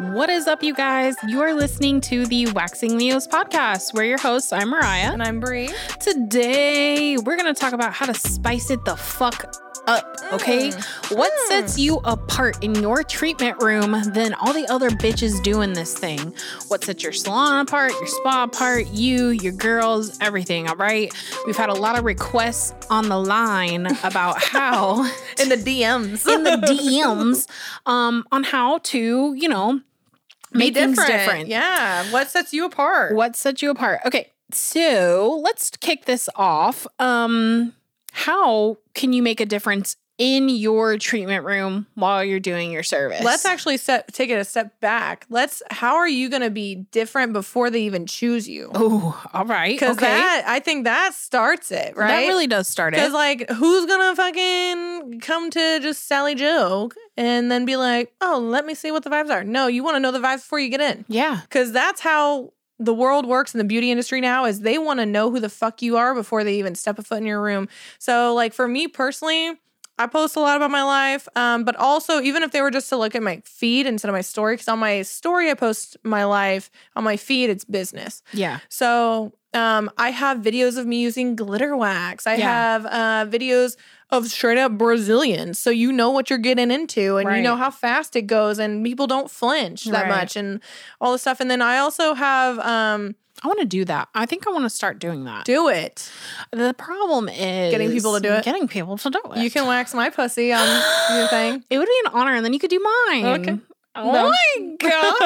What is up, you guys? You are listening to the Waxing Leos podcast. We're your hosts. I'm Mariah. And I'm Bree. Today, we're going to talk about how to spice it the fuck up, okay? What sets you apart in your treatment room than all the other bitches doing this thing? What sets your salon apart, your spa apart, you, your girls, everything, all right? We've had a lot of requests on the line about how In the DMs. in the DMs um, on how to, you know, make things different. Yeah. What sets you apart? What set you apart? Okay, so let's kick this off. Um, how can you make a difference in your treatment room while you're doing your service? Let's actually set, take it a step back. Let's. How are you going to be different before they even choose you? Oh, all right. Because okay. that, I think that starts it, right? That really does start Because it. like, who's gonna fucking come to just Sally Joe and then be like, oh, let me see what the vibes are? No, you want to know the vibes before you get in. Yeah. Because that's how the world works in the beauty industry now is they want to know who the fuck you are before they even step a foot in your room. So like for me personally, I post a lot about my life, um, but also even if they were just to look at my feed instead of my story, because on my story I post my life, on my feed it's business. Yeah. So um, I have videos of me using glitter wax. I Yeah. have uh, videos of straight up Brazilians. So you know what you're getting into and you know Right. how fast it goes and people don't flinch that Right. much and all this stuff. And then I also have um, I want to do that. I think I want to start doing that. do it. the problem is Getting people to do it? Getting people to do it. You can wax my pussy on your thing. It would be an honor, and then you could do mine. Okay. Oh No. my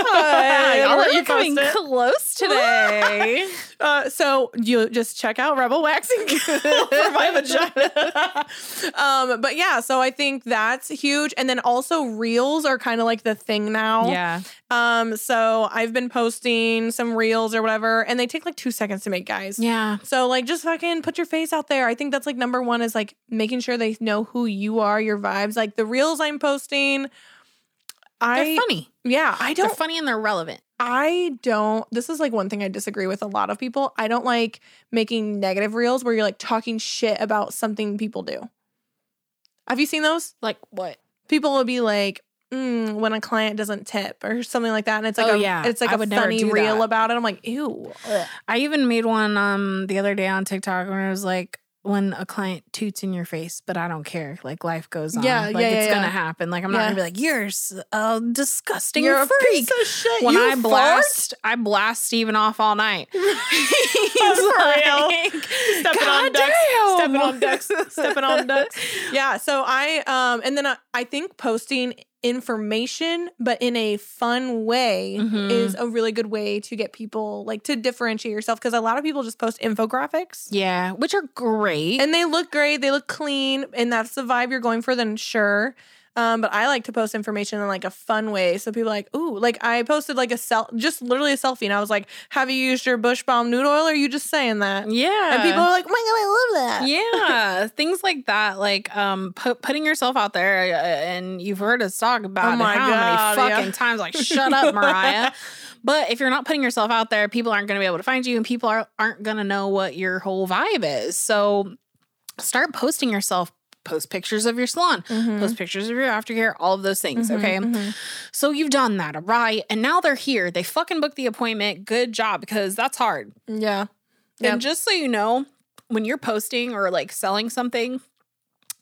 god! Y'all Y'all let me are coming post it. close today. Uh, so you just check out Rebel Waxing for my vagina. um, but yeah, so I think that's huge. And then also reels are kind of like the thing now. yeah, Um, so I've been posting some reels or whatever, and they take like two seconds to make, guys. yeah, So like just fucking put your face out there. I think that's like number one is like making sure they know who you are, your vibes. Like the reels I'm posting, they're I funny. yeah, I They're don't funny and they're relevant. I don't this is like one thing I disagree with a lot of people. I don't like making negative reels where you're like talking shit about something people do. Have you seen those? Like what? people will be like, mm, when a client doesn't tip or something like that, and it's like Oh, a, yeah. it's like I a would never funny do reel that. about it. I'm like, ew. I even made one um the other day on TikTok when it was like when a client toots in your face, but I don't care. Like life goes on. Yeah, like yeah, it's yeah, gonna yeah. happen. Like I'm not Yeah. gonna be like you're s- a disgusting You're a freak. piece of shit. when you I fart. blast, I blast Steven off all night. He's real. God Stepping on ducks. damn. Stepping on ducks. Stepping on ducks. Yeah. So I um and then I, I think posting information but in a fun way Mhm. is a really good way to get people like to differentiate yourself because a lot of people just post infographics Yeah, which are great. and they look great. They look clean, and that's the vibe you're going for. Then sure, um, but I like to post information in like a fun way, so people are like, ooh, like I posted like a self, just literally a selfie, and I was like, have you used your Bush Bomb noodle oil? Or are you just saying that? yeah. And people are like, oh my god, I love that. yeah, things like that, like um, pu- putting yourself out there, uh, and you've heard us talk about Oh it my how God, many yeah. fucking times. Like, shut up, Mariah. But if you're not putting yourself out there, people aren't going to be able to find you, and people are, aren't going to know what your whole vibe is. So, start posting yourself. Post pictures of your salon, Mhm. post pictures of your aftercare, all of those things. Mhm, Okay. mhm. So you've done that, all right? And now they're here. They fucking booked the appointment. Good job, because that's hard. Yeah. Yep. And just so you know, when you're posting or like selling something,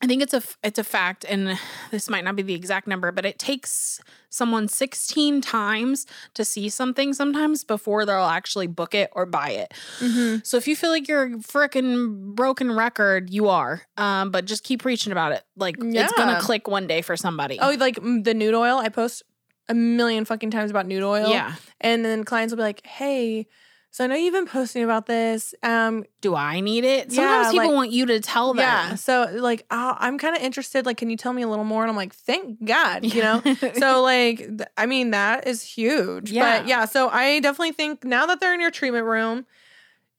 I think it's a f- it's a fact, and this might not be the exact number, but it takes someone 16 times to see something sometimes before they'll actually book it or buy it. Mhm. So if you feel like you're a freaking broken record, you are. Um, but just keep preaching about it. Like it's Yeah. gonna click one day for somebody. Oh, like mm, the noodle oil. I post a million fucking times about noodle oil. yeah. And then clients will be like, hey. So I know you've been posting about this. Um, Do I need it? Sometimes Yeah, people like- want you to tell them. Yeah. So like, oh, I'm kind of interested. Like, can you tell me a little more? And I'm like, thank God, you know. so like, th- I mean, that is huge. Yeah. But yeah. So I definitely think now that they're in your treatment room.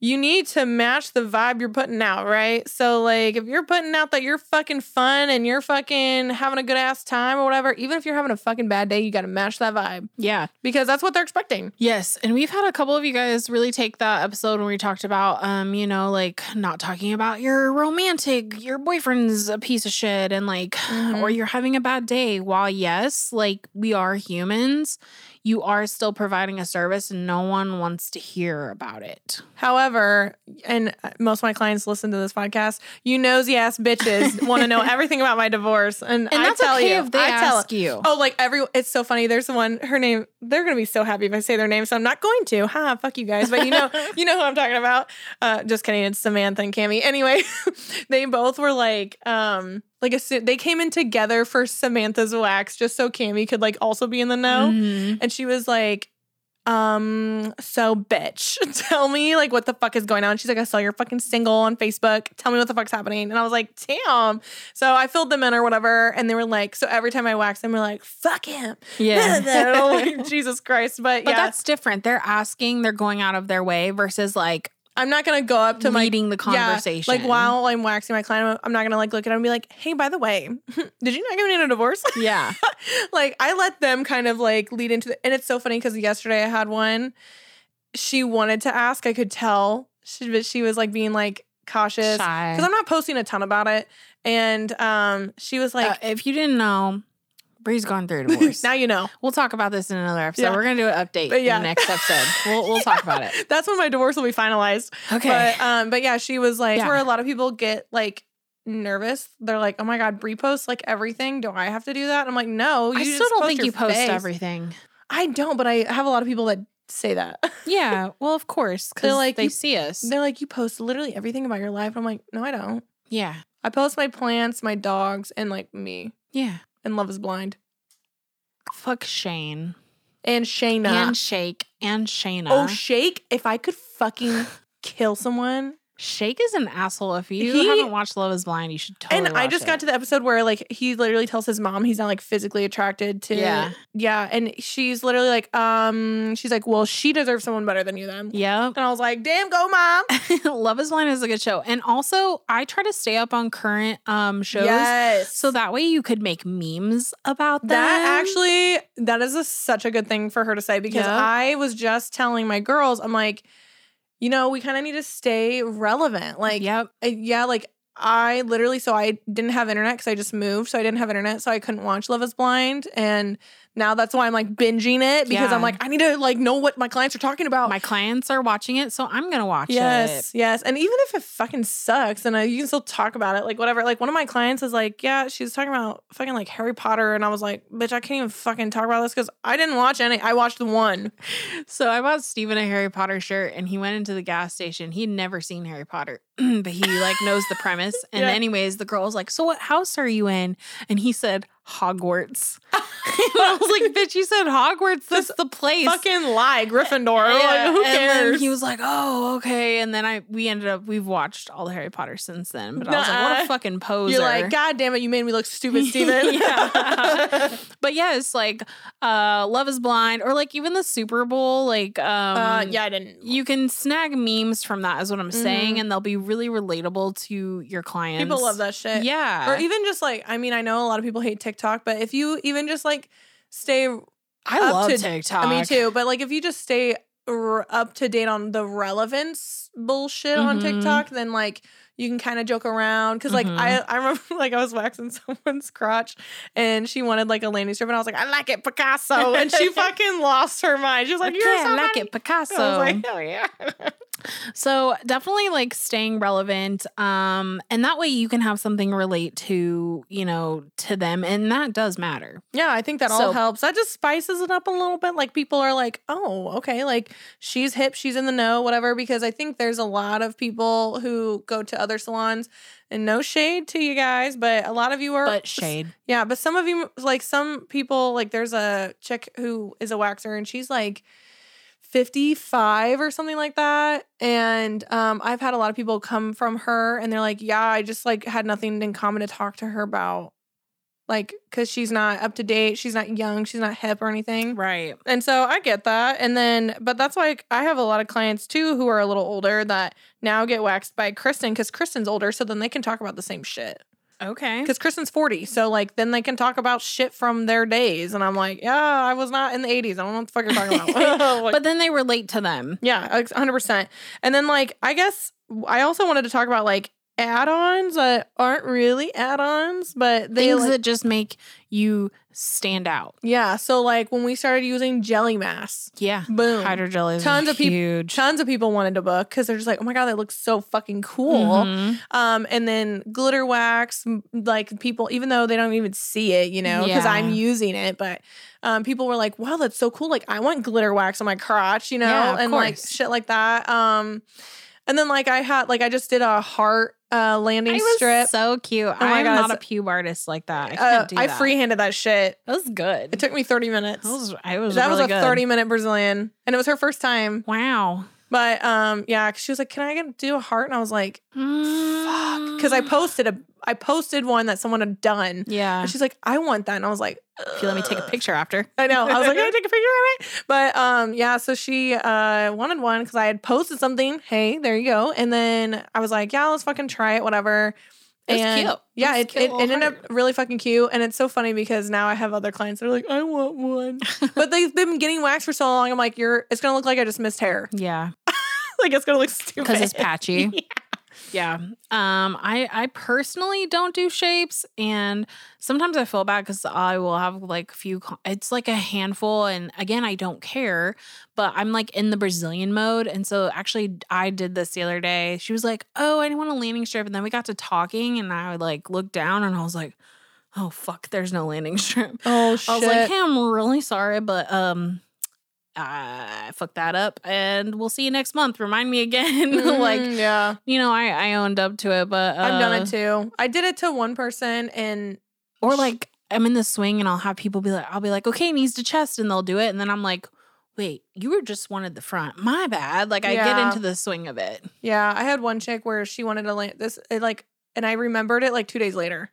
You need to match the vibe you're putting out, right? So, like, if you're putting out that you're fucking fun and you're fucking having a good ass time or whatever, even if you're having a fucking bad day, you gotta match that vibe yeah. because that's what they're expecting. Yes, and we've had a couple of you guys really take that episode when we talked about, um, you know, like not talking about your romantic, your boyfriend's a piece of shit, and like, Mhm. or you're having a bad day. While yes, like we are humans, you are still providing a service and no one wants to hear about it. However, and uh, most of my clients listen to this podcast. You nosy ass bitches want to know everything about my divorce, and, And I that's tell okay you, if they I tell, ask you. Oh, like every it's so funny. There's one her name. They're gonna be so happy if I say their name, so I'm not going to. Ha, fuck you guys. But you know, you know who I'm talking about. Uh, just kidding. It's Samantha and Cami. Anyway, they both were like, um, like a, su- they came in together for Samantha's wax, just so Cami could like also be in the know. Mhm. And she was like, um, so bitch, tell me like what the fuck is going on. She's like, I saw your fucking single on Facebook. Tell me what the fuck's happening. And I was like, damn. So I filled them in or whatever. And they were like, so every time I waxed them, we're like, fuck him. Yeah. Like, Jesus Christ. But, But yeah, that's different. They're asking, they're going out of their way versus like I'm not going to go up to my leading the Yeah, conversation. like while I'm waxing my client, I'm- I'm not gonna like look at him and be like, "Hey, by the way, did you not get me in a divorce?" Yeah. like I let them kind of like lead into the and it's so funny because yesterday I had one. She wanted to ask. I could tell she but she was like being like cautious because Shy. I'm not posting a ton about it. And um, she was like, Uh, if you didn't know, Bree's gone through a Uh, divorce. "Now you know." we'll talk about this in another episode. Yeah. We're gonna do an update But yeah. in the next episode. We'll we'll talk about it. That's when my divorce will be finalized. Okay. But um, but yeah, she was like Yeah. where a lot of people get like nervous. They're like, "Oh my god, Brie posts like everything. Do I have to do that?" I'm like, "No, you I just still don't post think your you post face." everything. I don't, but I have a lot of people that say that. Yeah, well, of course, They're because like, like, they you- see us. They're like, "You post literally everything about your life." I'm like, "No, I don't. Yeah, I post my plants, my dogs, and like me yeah. and Love Is Blind Fuck Shane and Shayna. and Shake and Shayna. oh, Shake! If I could fucking kill someone, Shake is an asshole. If you He- haven't watched Love Is Blind, you should totally. and I just got to the episode where like he literally tells his mom he's not like physically attracted to Yeah. yeah and she's literally like um she's like well she deserves someone better than you then Yep. and I was like damn go mom Love Is Blind is a good show, and also I try to stay up on current um shows. yes So that way you could make memes about them. that actually that is a, such a good thing for her to say because Yep. I was just telling my girls I'm like you know we kind of need to stay relevant like yep. I- yeah, like I literally, so I didn't have internet because I just moved, so I didn't have internet, so I couldn't watch Love Is Blind, and now that's why I'm like binging it because Yeah. I'm like I need to like know what my clients are talking about. My clients are watching it, so I'm gonna watch oh. yes, yes, and even if it fucking sucks, and I, you can still talk about it, like whatever. Like one of my clients is like, yeah, she was talking about fucking like Harry Potter, and I was like, bitch, I can't even fucking talk about this because I didn't watch any. I watched the one. it. So I bought Steven a Harry Potter shirt and he went into the gas station. He'd never seen Harry Potter, but he like knows the premise. And Yeah. anyways, the girl was like, So what house are you in? And he said, Hogwarts. and I was like, bitch, you said Hogwarts. That's the place. Fucking lie, Gryffindor. Yeah, Like, who and then cares? he was like, "Oh, okay." And then I we ended up we've watched all the Harry Potter since then. But I was like, "What Nuh-uh. a fucking poser!" You're like, God damn it, you made me look stupid, Steven. Yeah. but yes, like uh Love is Blind or like even the Super Bowl, like um uh, yeah, I didn't. you can snag memes from that is what I'm saying Mhm. and they'll be really relatable to your clients. people love that shit. Yeah. Or even just like, I mean, I know a lot of people hate TikTok, but if you even just like stay, I up love to- TikTok. I mean, too, but like if you just stay r- up to date on the relevance bullshit on Mhm. TikTok, then like you can kind of joke around. Cause like Mhm. I, I remember like I was waxing someone's crotch and she wanted like a landing strip and I was like, I like it, Picasso. And she fucking lost her mind. She was like, I You're can't so like it, Picasso. I was like, hell yeah. So definitely like staying relevant. Um, and that way you can have something relate to, you know, to them. And that does matter. Yeah, I think that all So- helps. That just spices it up a little bit. Like people are like, oh, okay, like she's hip, she's in the know, whatever. Because I think there's a lot of people who go to other salons, and no shade to you guys, but a lot of you are But shade. Yeah, but some of you like some people like there's a chick who is a waxer and she's like. 55 or something like that and um I've had a lot of people come from her and they're like yeah I just like had nothing in common to talk to her about like because she's not up to date she's not young she's not hip or anything Right. and so i get that and then but that's why i have a lot of clients too who are a little older that now get waxed by kristen because kristen's older so then they can talk about the same shit Okay. because kristen's 40 so like then they can talk about shit from their days and i'm like yeah i was not in the 80s i don't know what the fuck you're talking about Like, But then they relate to them. yeah, like, 100%. And then, like, I guess I also wanted to talk about, like, add-ons that aren't really add-ons, but they Things like- that just make you stand out. yeah. So like when we started using jelly mass, Yeah. boom, Hydrogel is Mm. Tons of peop- huge. tons of people wanted to book because they're just like, oh my god, that looks so fucking cool. Mhm. Um, and then glitter wax, m- like people, even though they don't even see it, you know, because Yeah. I'm using it, but um, people were like, wow, that's so cool. Like, I want glitter wax on my crotch, you know, Yeah, of and like course. shit like that. Um, and then like I had, like, I just did a heart uh, I landing was strip. Oh so cute. my I'm God, not a it's- pube artist like that. I Uh, can't do I that. freehanded that shit. That was good. It took me 30 minutes. That was, I was that was really a good. 30 minute Brazilian, and it was her first time. Wow. But um, yeah, 'cause she was like, "Can I get, do a heart?" And I was like, "Fuck," because I posted a, I posted one that someone had done, Mm. Yeah. And she's like, I want that. And I was like, If you let me take a "Ugh." picture after. I know. I was like, Can I take a picture of it? But um, yeah, so she uh wanted one because I had posted something. Hey, there you go. And then I was like, Yeah, let's fucking try it, whatever. It was cute. Yeah, It was it, cute it, little it ended up heart. really fucking cute. And it's so funny because now I have other clients that are like, I want one. but they've been getting waxed for so long. I'm like, You're it's gonna look like I just missed hair. Yeah. like it's gonna look stupid. Oh, Because it's patchy. yeah. Um, I, I personally don't do shapes and sometimes I feel bad because I will have like few co- it's like a handful and again I don't care, but I'm like in the Brazilian mode. And so actually I did this the other day. She was like, Oh, I want a landing strip. And then we got to talking and I would like look down and I was like, Oh fuck, there's no landing strip. Oh shit. I was like, hey, I'm really sorry, but um, I fucked that up, and we'll see you next month. Remind me again. "Hmm." like, Mm, yeah. you know, I I owned up to it, but uh, I've done it too. I did it to one person and Or like, I'm in the swing, and I'll have people be like, I'll be like, okay, knees to chest, and they'll do it, and then I'm like. Wait, you were just wanted the front. My bad. Like I get Yeah. into the swing of it. Yeah, I had one chick where she wanted to land this it, like, and I remembered it like two days later,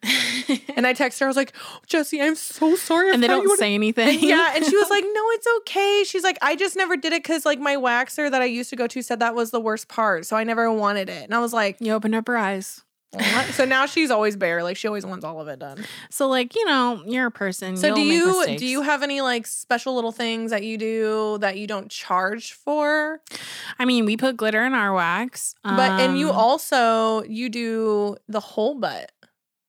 and I texted her. I was like, "Oh, "Jesse, I'm so sorry." I and they forgot you don't wanted-" say anything. Yeah, and she was like, "No, it's okay." She's like, "I just never did it because like my waxer that I used to go to said that was the worst part, so I never wanted it." And I was like, You opened up her eyes. "What?" So now she's always bare. Like she always wants all of it done. So like, you know, you're a person. So you'll do make you mistakes. do you have any like special little things that you do that you don't charge for? I mean, we put glitter in our wax. but and you um, also you do the whole butt.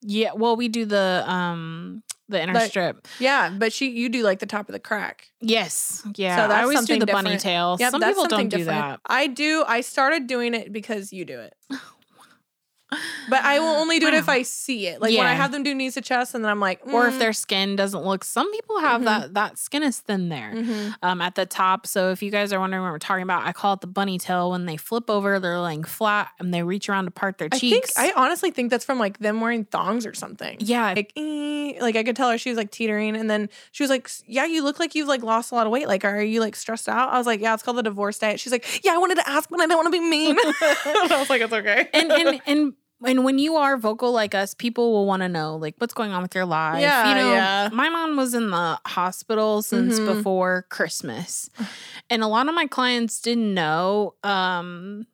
Yeah, well, we do the um the inner Like- strip. Yeah, but she you do like the top of the crack. Yes, yeah. I that's always do something the bunny different. tail. Yep, Some that's people don't something do different. that. I do. I started doing it because you do it. But I will only do it if Wow. I see it. Like when I Yeah. have them do knees to chest, and then I'm like, Or if mm, their skin doesn't look. Some people have Mhm. that that skin is thin there. mhm. um, at the top. So if you guys are wondering what we're talking about, I call it the bunny tail. When they flip over, they're laying flat and they reach around to part their I think cheeks. I honestly think that's from like them wearing thongs or something. yeah, Like, eh, like I could tell her she was like teetering, and then she was like, "S- "Yeah, you look like you've like lost a lot of weight. Like, are you like stressed out?" I was like, "Yeah, it's called the divorce diet." She's like, "Yeah, I wanted to ask, but I didn't want to be mean." I was like, "It's okay." and and and and when you are vocal like us, people will want to know like what's going on with your life. Yeah, you know, yeah. my mom was in the hospital since Mhm. before Christmas, and a lot of my clients didn't know. Um,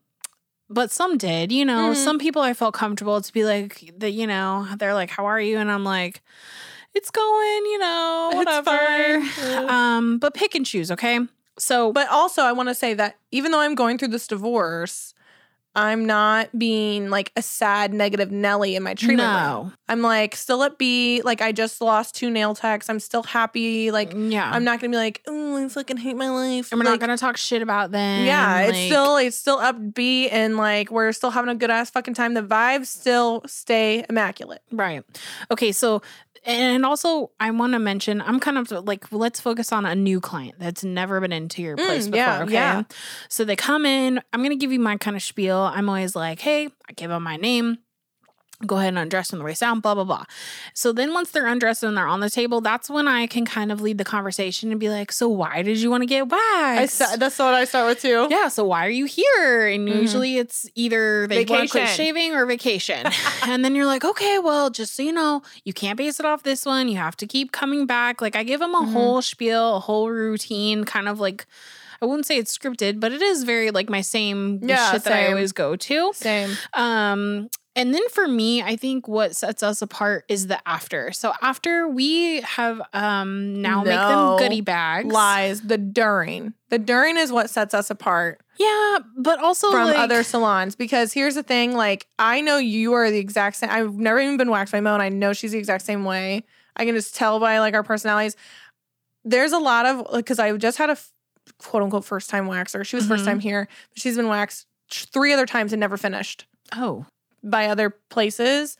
but some did. You know, Mhm. some people I felt comfortable to be like that. You know, they're like, "How are you?" And I'm like. It's going, you know, whatever. It's fine. Yeah. Um, but pick and choose, okay? So, But also, I want to say that even though I'm going through this divorce, I'm not being like a sad, negative Nelly in my treatment. room. no, I'm like still at B. Like I just lost two nail techs. I'm still happy. Like yeah, I'm not gonna be like, oh, I fucking hate my life. and we're not Like, gonna talk shit about them. Yeah, it's like- still it's still upbeat and like we're still having a good ass fucking time. The vibes still stay immaculate. Right. Okay. So, and also, I want to mention, I'm kind of like, let's focus on a new client that's never been into your Mm, place before. yeah, okay. yeah. So they come in. I'm going to give you my kind of spiel. I'm always like, hey, I give them my name. Go ahead and undress from the waist down, blah, blah, blah. So then once they're undressed and they're on the table, that's when I can kind of lead the conversation and be like, so why did you want to get waxed? that's what I start with too. yeah, so why are you here? And Mhm. usually it's either they want to quit Vacation. shaving or vacation. and then you're like, okay, well, just so you know, you can't base it off this one. You have to keep coming back. Like I give them a Mhm. whole spiel, a whole routine, kind of like I wouldn't say it's scripted, but it is very like my same Yeah, shit that I same. always go to. Same. Um And then for me, I think what sets us apart is the after. So after we have um now make them No. goodie bags. Lies. The during. The during is what sets us apart Yeah, but also from like, other salons because here's the thing like, I know you are the exact same. I've never even been waxed by Mo, and I know she's the exact same way. I can just tell by like our personalities. There's a lot of, because I just had a f- quote unquote first time waxer. She was Mhm. first time here, but she's been waxed three other times and never finished. Oh. by other places.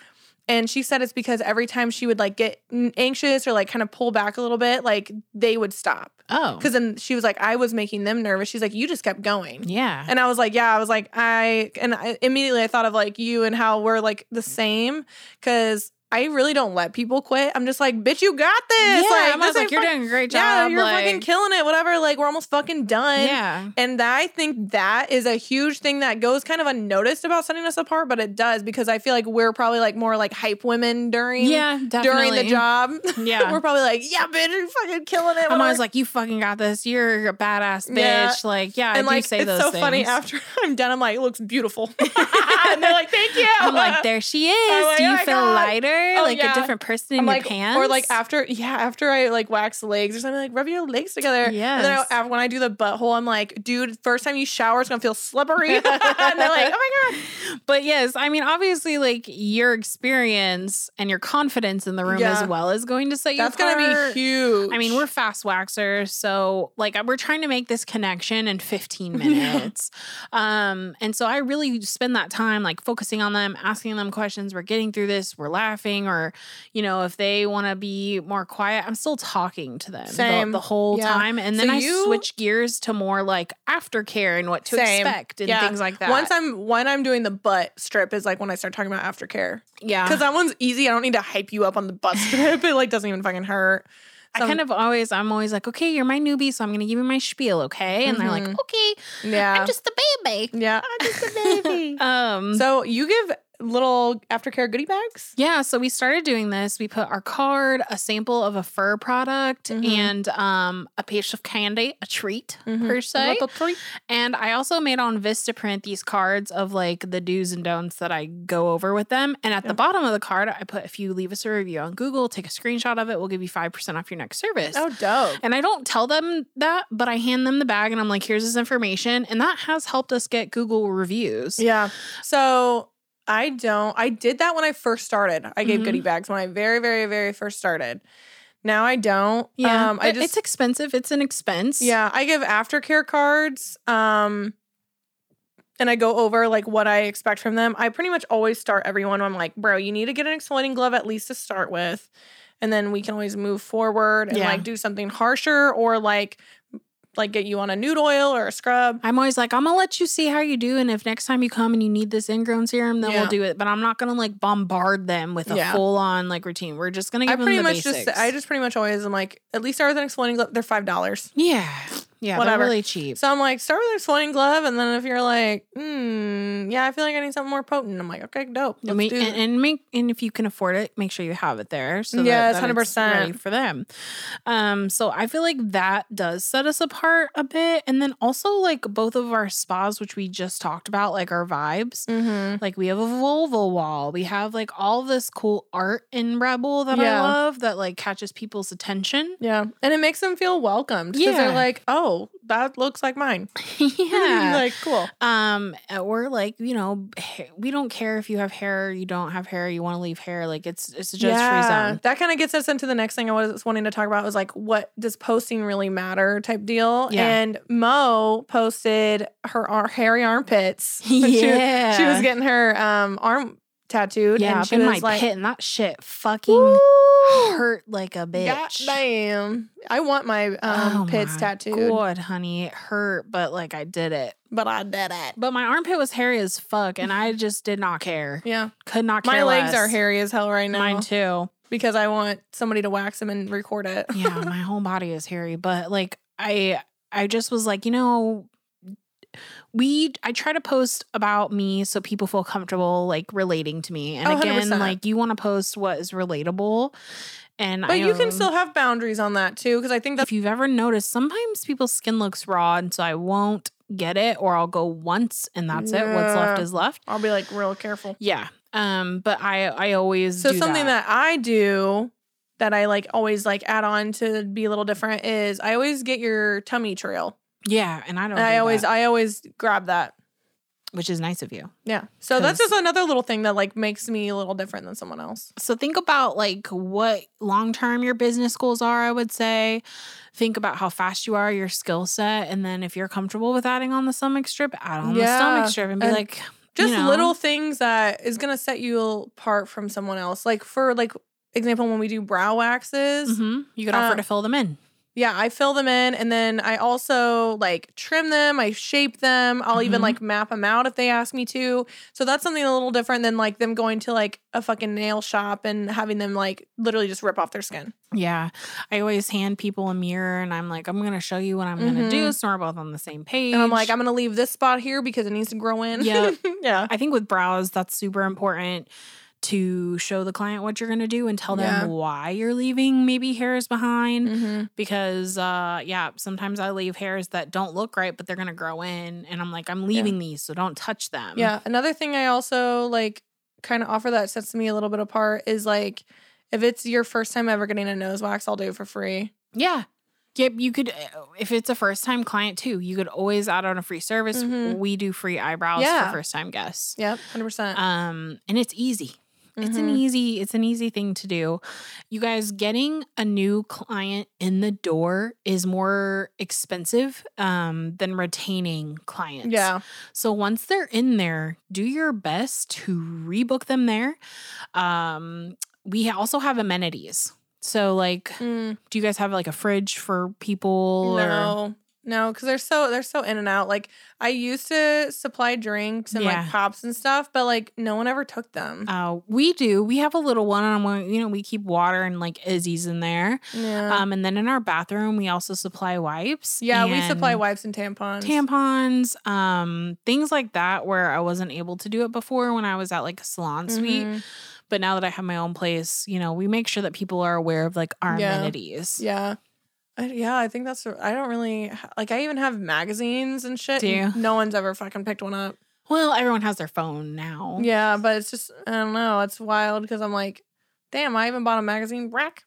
And she said it's because every time she would like get n- anxious or like kind of pull back a little bit, like they would stop. Oh. Cause then she was like, I was making them nervous. She's like, you just kept going. Yeah. And I was like, yeah, I was like, I, and I, immediately I thought of like you and how we're like the same. Cause I really don't let people quit. I'm just like, bitch, you got this. yeah, like, I'm always this like ain't you're fuck- doing a great job. yeah, you're like, fucking killing it. Whatever. Like, we're almost fucking done. Yeah. And that, I think that is a huge thing that goes kind of unnoticed about setting us apart, but it does because I feel like we're probably like more like hype women during Yeah, definitely. during the job. Yeah. we're probably like, yeah, bitch, you're fucking killing I'm it. whatever." always like, you fucking got this. You're a badass bitch. Yeah. Like, yeah, and I like do say it's those so things. funny. After I'm done, I'm like, it looks beautiful, and they're like, thank you. I'm like, there she I'm is. like, do you "Oh my feel God." lighter? Oh, like yeah. a different person in I'm your like, pants? or like after, yeah, after I like wax legs or something, like rub your legs together. And then Yes. I, af- when I do the butthole, I'm like, dude, first time you shower, it's gonna feel slippery. and they're like, oh my god, But yes, I mean, obviously, like your experience and your confidence in the room Yeah. as well is going to set you that's apart. gonna be huge. I mean, we're fast waxers, so like we're trying to make this connection in 15 minutes. Um, and so I really spend that time like focusing on them, asking them questions. We're getting through this, we're laughing, or you know, if they want to be more quiet, I'm still talking to them the- Same. The, whole Yeah. time. And So then I you- switch gears to more like aftercare and what to Same. expect and Yeah. things like that. Once I'm when I'm doing the butt strip is like when I start talking about aftercare yeah, because that one's easy. I don't need to hype you up on the butt strip. It like doesn't even fucking hurt. I kind of always, I'm always like, okay, you're my newbie, so I'm gonna give you my spiel, okay? And they're Mhm. like, okay, yeah I'm just a baby. yeah. I'm just a baby. Um, so you give little aftercare goodie bags. yeah, so we started doing this. We put our card, a sample of a fur product, Mhm. and um, a piece of candy, a treat Mm, per se. Little treat. And I also made on Vistaprint these cards of like the do's and don'ts that I go over with them. And at Yeah. the bottom of the card, I put if you leave us a review on Google, take a screenshot of it, we'll give you 5% off your next service. Oh, dope. And I don't tell them that, but I hand them the bag and I'm like, here's this information. And that has helped us get Google reviews. Yeah. So I don't. I did that when I first started. I gave Mhm. goodie bags when I very, very, very first started. Now I don't. Yeah. Um, I It- just it's expensive. It's an expense. Yeah, I give aftercare cards. Um and I go over like what I expect from them. I pretty much always start everyone. I'm like, bro, you need to get an exfoliating glove at least to start with. And then we can always move forward and Yeah. like do something harsher or like like get you on a nude oil or a scrub. I'm always like, I'm gonna let you see how you do. And if next time you come and you need this ingrown serum, then Yeah. we'll do it. But I'm not gonna like bombard them with a Yeah. full on like routine. We're just gonna I give them pretty the much basics. just I just pretty much always am like, at least start with an exfoliating glove. They're five dollars. yeah. Yeah. Whatever. They're really cheap. So I'm like, start with an exfoliating glove, and then if you're like, hmm, yeah, I feel like I need something more potent. I'm like, okay, dope. And, Let's make, do and, and make and if you can afford it, make sure you have it there. So that- Yes, that, 100%. it's ready for them. Um, so I feel like that does set us apart a bit, and then also like both of our spas, which we just talked about, like our vibes. mm-hmm. Like we have a Volvo wall, we have like all this cool art in Rebel that I Yeah. love that like catches people's attention. Yeah. And it makes them feel welcomed because they're Yeah. like, oh, that looks like mine. yeah. like, cool. Um, or like you know, h- we don't care if you have hair, you don't have hair, you want to leave hair. Like it's it's a judge free zone. That kind of gets us into the next thing I was wanting to talk about was like, what does posting really matter type deal? Yeah. And Mo posted her ar- hairy armpits. when she- She, was getting her um, arm tattooed. yeah, and up she in was my like, pit, and that shit fucking "Woo, hurt like a bitch. goddamn. I want my um, Oh pits my tattooed, God, honey, it hurt, but like I did it. but I did it. But my armpit was hairy as fuck, and I just did not care. Yeah. Could not care. My legs less. are hairy as hell right now. Mine too. because I want somebody to wax them and record it. Yeah, my whole body is hairy, but like I, I just was like, you know, we. I try to post about me so people feel comfortable like relating to me, and Oh, again, 100%. like you want to post what is relatable, and I um, But you can own- still have boundaries on that too, because I think that's if you've ever noticed, sometimes people's skin looks raw, and so I won't get it, or I'll go once and that's it. What's Yeah. left is left. I'll be like real careful. Yeah. Um, but I I always So do something that. I do that I like always like add on to be a little different is I always get your tummy trail. yeah, and I don't. And I Oh, do always that, I always grab that. which is nice of you. Yeah. So that's 'Cause- just another little thing that like makes me a little different than someone else. So think about like what long term your business goals are, I would say. Think about how fast you are, your skill set, and then if you're comfortable with adding on the stomach strip, add on the Yeah. stomach strip and be And like you Just know. little things that is gonna set you apart from someone else. Like for like example, when we do brow waxes, Mhm. you could offer um, to fill them in. yeah, I fill them in and then I also like trim them, I shape them, I'll even Mhm. like map them out if they ask me to. So that's something a little different than like them going to like a fucking nail shop and having them like literally just rip off their skin. Yeah. I always hand people a mirror and I'm like, I'm gonna show you what I'm gonna do. So we're both on the same page. Mm-hmm. And I'm like, I'm gonna leave this spot here because it needs to grow in. Yep. yeah. I think with brows, that's super important to show the client what you're gonna do and tell Yeah. them why you're leaving maybe hairs behind. Mm-hmm. because uh yeah sometimes i leave hairs that don't look right but they're gonna grow in and i'm like i'm leaving these so don't touch them Yeah. Another thing I also like kind of offer that sets me a little bit apart is like if it's your first time ever getting a nose wax, I'll do it for free. yeah yep you could uh, if it's a first time client too you could always add on a free service Mhm. we do free eyebrows Yeah. for first time guests Yep, 100%. um and it's easy it's an Mhm. easy it's an easy thing to do you guys getting a new client in the door is more expensive um than retaining clients Mm-hmm. Yeah. So once they're in there, do your best to rebook them there. Um, we ha- also have amenities. So like, Mm. do you guys have like a fridge for people? or- No, no, because they're so they're so in and out. Like I used to supply drinks and Yeah. like pops and stuff, but like no one ever took them. Uh, we do. We have a little one-on-one. You know, we keep water and like Izzy's in there. yeah, Um, and then in our bathroom, we also supply wipes. Uh. yeah, we supply and wipes and tampons. Tampons, um, things like that, where I wasn't able to do it before when I was at like a salon suite. Mhm. But now that I have my own place, you know, we make sure that people are aware of like our Yeah. amenities. Yeah. I, yeah, I think that's. I don't really like. I even have magazines and shit. Do you? No one's ever fucking picked one up. Well, everyone has their phone now. Yeah, but it's just I don't know. It's wild because I'm like, damn, I even bought a magazine rack.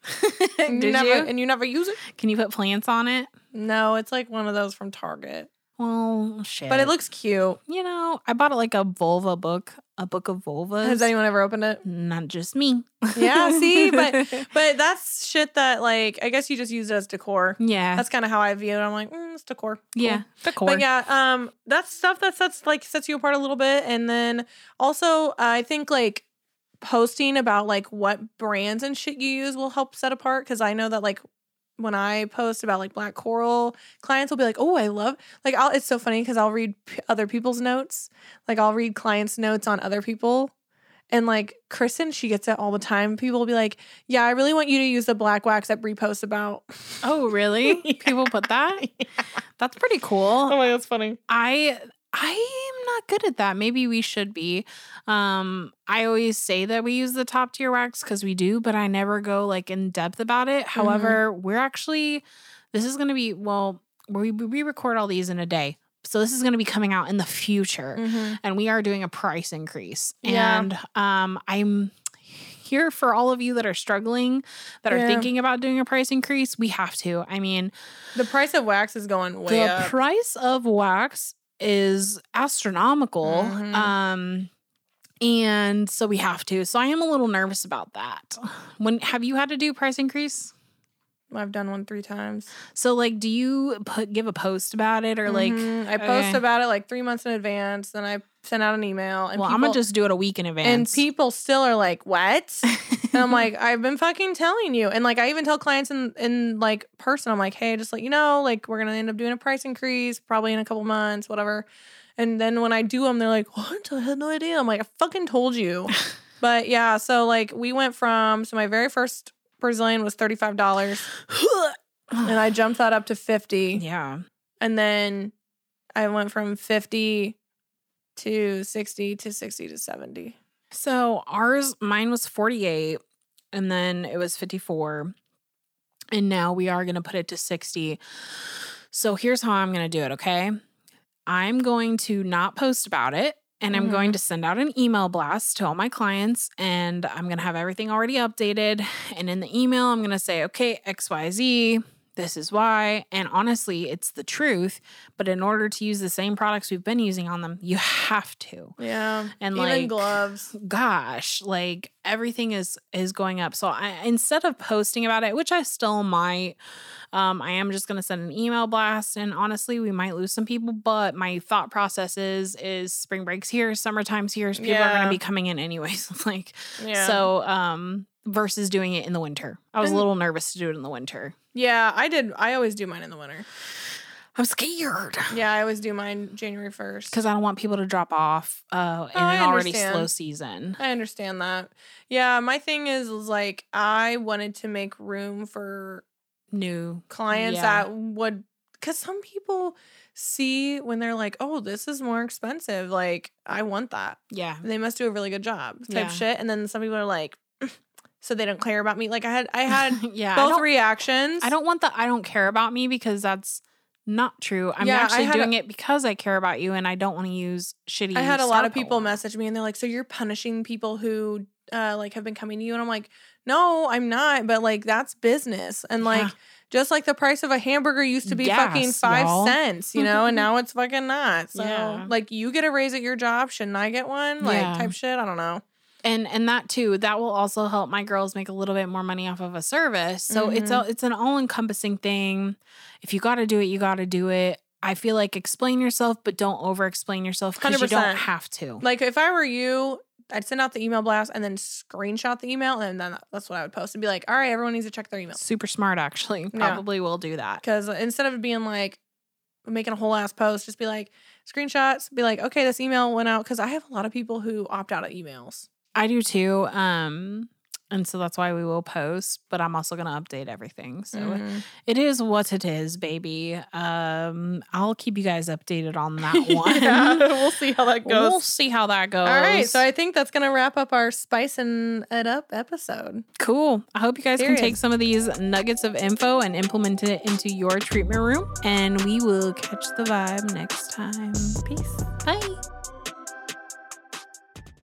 And Did never, you? And you never use it? Can you put plants on it? No, it's like one of those from Target. Well, shit. But it looks cute. you know, I bought like a vulva book, a book of vulvas. Has anyone ever opened it? Not just me. Yeah, see, but but that's shit that like I guess you just use it as decor. yeah, That's kind of how I view it. I'm like, mm, it's decor. Cool. yeah, decor. But yeah, um, that's stuff that sets like sets you apart a little bit, and then also I think like posting about like what brands and shit you use will help set apart because I know that like when I post about like black coral, clients will be like, "Oh, I love like I'll." It's so funny because I'll read p- other people's notes, like I'll read clients' notes on other people. And like Kristen, she gets it all the time. People will be like, "Yeah, I really want you to use the black wax that Brie posts about." Oh, really? People put that. That's pretty cool. Oh my, that's funny. I I am not good at that. Maybe we should be. Um, I always say that we use the top tier wax because we do, but I never go like in depth about it. Mm-hmm. However, we're actually this is gonna be well, we we record all these in a day. So this is gonna be coming out in the future. Mm-hmm. And we are doing a price increase. Mm. Yeah. And um I'm here for all of you that are struggling, that are Yeah. thinking about doing a price increase. We have to. I mean, The price of wax is going way the up. price of wax is astronomical Mhm. um and so we have to so i am a little nervous about that when have you had to do price increase I've done one three times. so like do you put give a post about it or like Mhm. I post okay. about it like three months in advance. Then I send out an email, and well i'm people, gonna just do it a week in and advance people still are like, "What?" and I'm like, "I've been fucking telling you." And like, I even tell clients in in like person, I'm like, "Hey, just let you know, like we're gonna end up doing a price increase probably in a couple months, whatever." And then when I do them, they're like, "What? I had no idea." I'm like, "I fucking told you." but yeah, so like we went from so my very first Brazilian was thirty five dollars, and I jumped that up to fifty. yeah and then I went from 50 to 60 to 60 to 70. So ours, mine was 48, and then it was 54. And now we are going to put it to 60. So here's how I'm going to do it, okay? I'm going to not post about it and I'm Mhm. going to send out an email blast to all my clients and I'm going to have everything already updated. And in the email, I'm going to say, okay, XYZ, this is why. And honestly, it's the truth. But in order to use the same products we've been using on them, you have to. Yeah. And Even like, gloves. gosh like everything is is going up so i instead of posting about it which i still might um i am just going to send an email blast and honestly we might lose some people but my thought process is is spring breaks here summertime's here people are going Yeah. to be coming in anyways like Yeah. so um versus doing it in the winter i was a And- little nervous to do it in the winter yeah, I did. I always do mine in the winter. i'm scared Yeah, I always do mine January 1st. because i don't want people to drop off uh in Oh, I an already understand. slow season I understand that. Yeah, my thing is, is like I wanted to make room for new clients Yeah. that would cuz some people see when they're like, "Oh, this is more expensive. Like, I want that." yeah They must do a really good job. Type Yeah. shit. And then some people are like, "So they don't care about me." Like I had I had yeah I both don't- reactions. I don't want the I don't care about me because that's not true. I'm Yeah, I actually had a- doing it because I care about you and I don't want to use shitty. I had a lot star of people power. message me and they're like, "So you're punishing people who uh, like have been coming to you?" And I'm like, "No, I'm not. But like that's business, and like Yeah. just like the price of a hamburger used to be fucking Gas, 5 y'all. cents, you know, and now it's fucking not. So Yeah. like you get a raise at your job, shouldn't I get one? Like Yeah. type shit. I don't know. And and that too, that will also help my girls make a little bit more money off of a service. So it's a, Mhm. it's an all encompassing thing. If you got to do it, you got to do it. I feel like explain yourself, but don't over explain yourself because you don't 100%. have to. Like if I were you. I'd send out the email blast and then screenshot the email, and then that's what I would post and be like, "All right, everyone needs to check their email." Super smart, actually. Probably will do that. Because instead of being like making a whole ass post, just be like screenshots, be like, okay, this email went out. Because I have a lot of people who opt out of emails. I do too. Um, and so that's why we will post. But I'm also gonna update everything. So So It is what it is, baby. Um, I'll keep you guys updated on that one. Yeah, we'll see how that goes. We'll see how that goes. All right. So I think that's going to wrap up our spicing it up episode. cool. I hope you guys can take Period. some of these nuggets of info and implement it into your treatment room. And we will catch the vibe next time. Peace. Bye.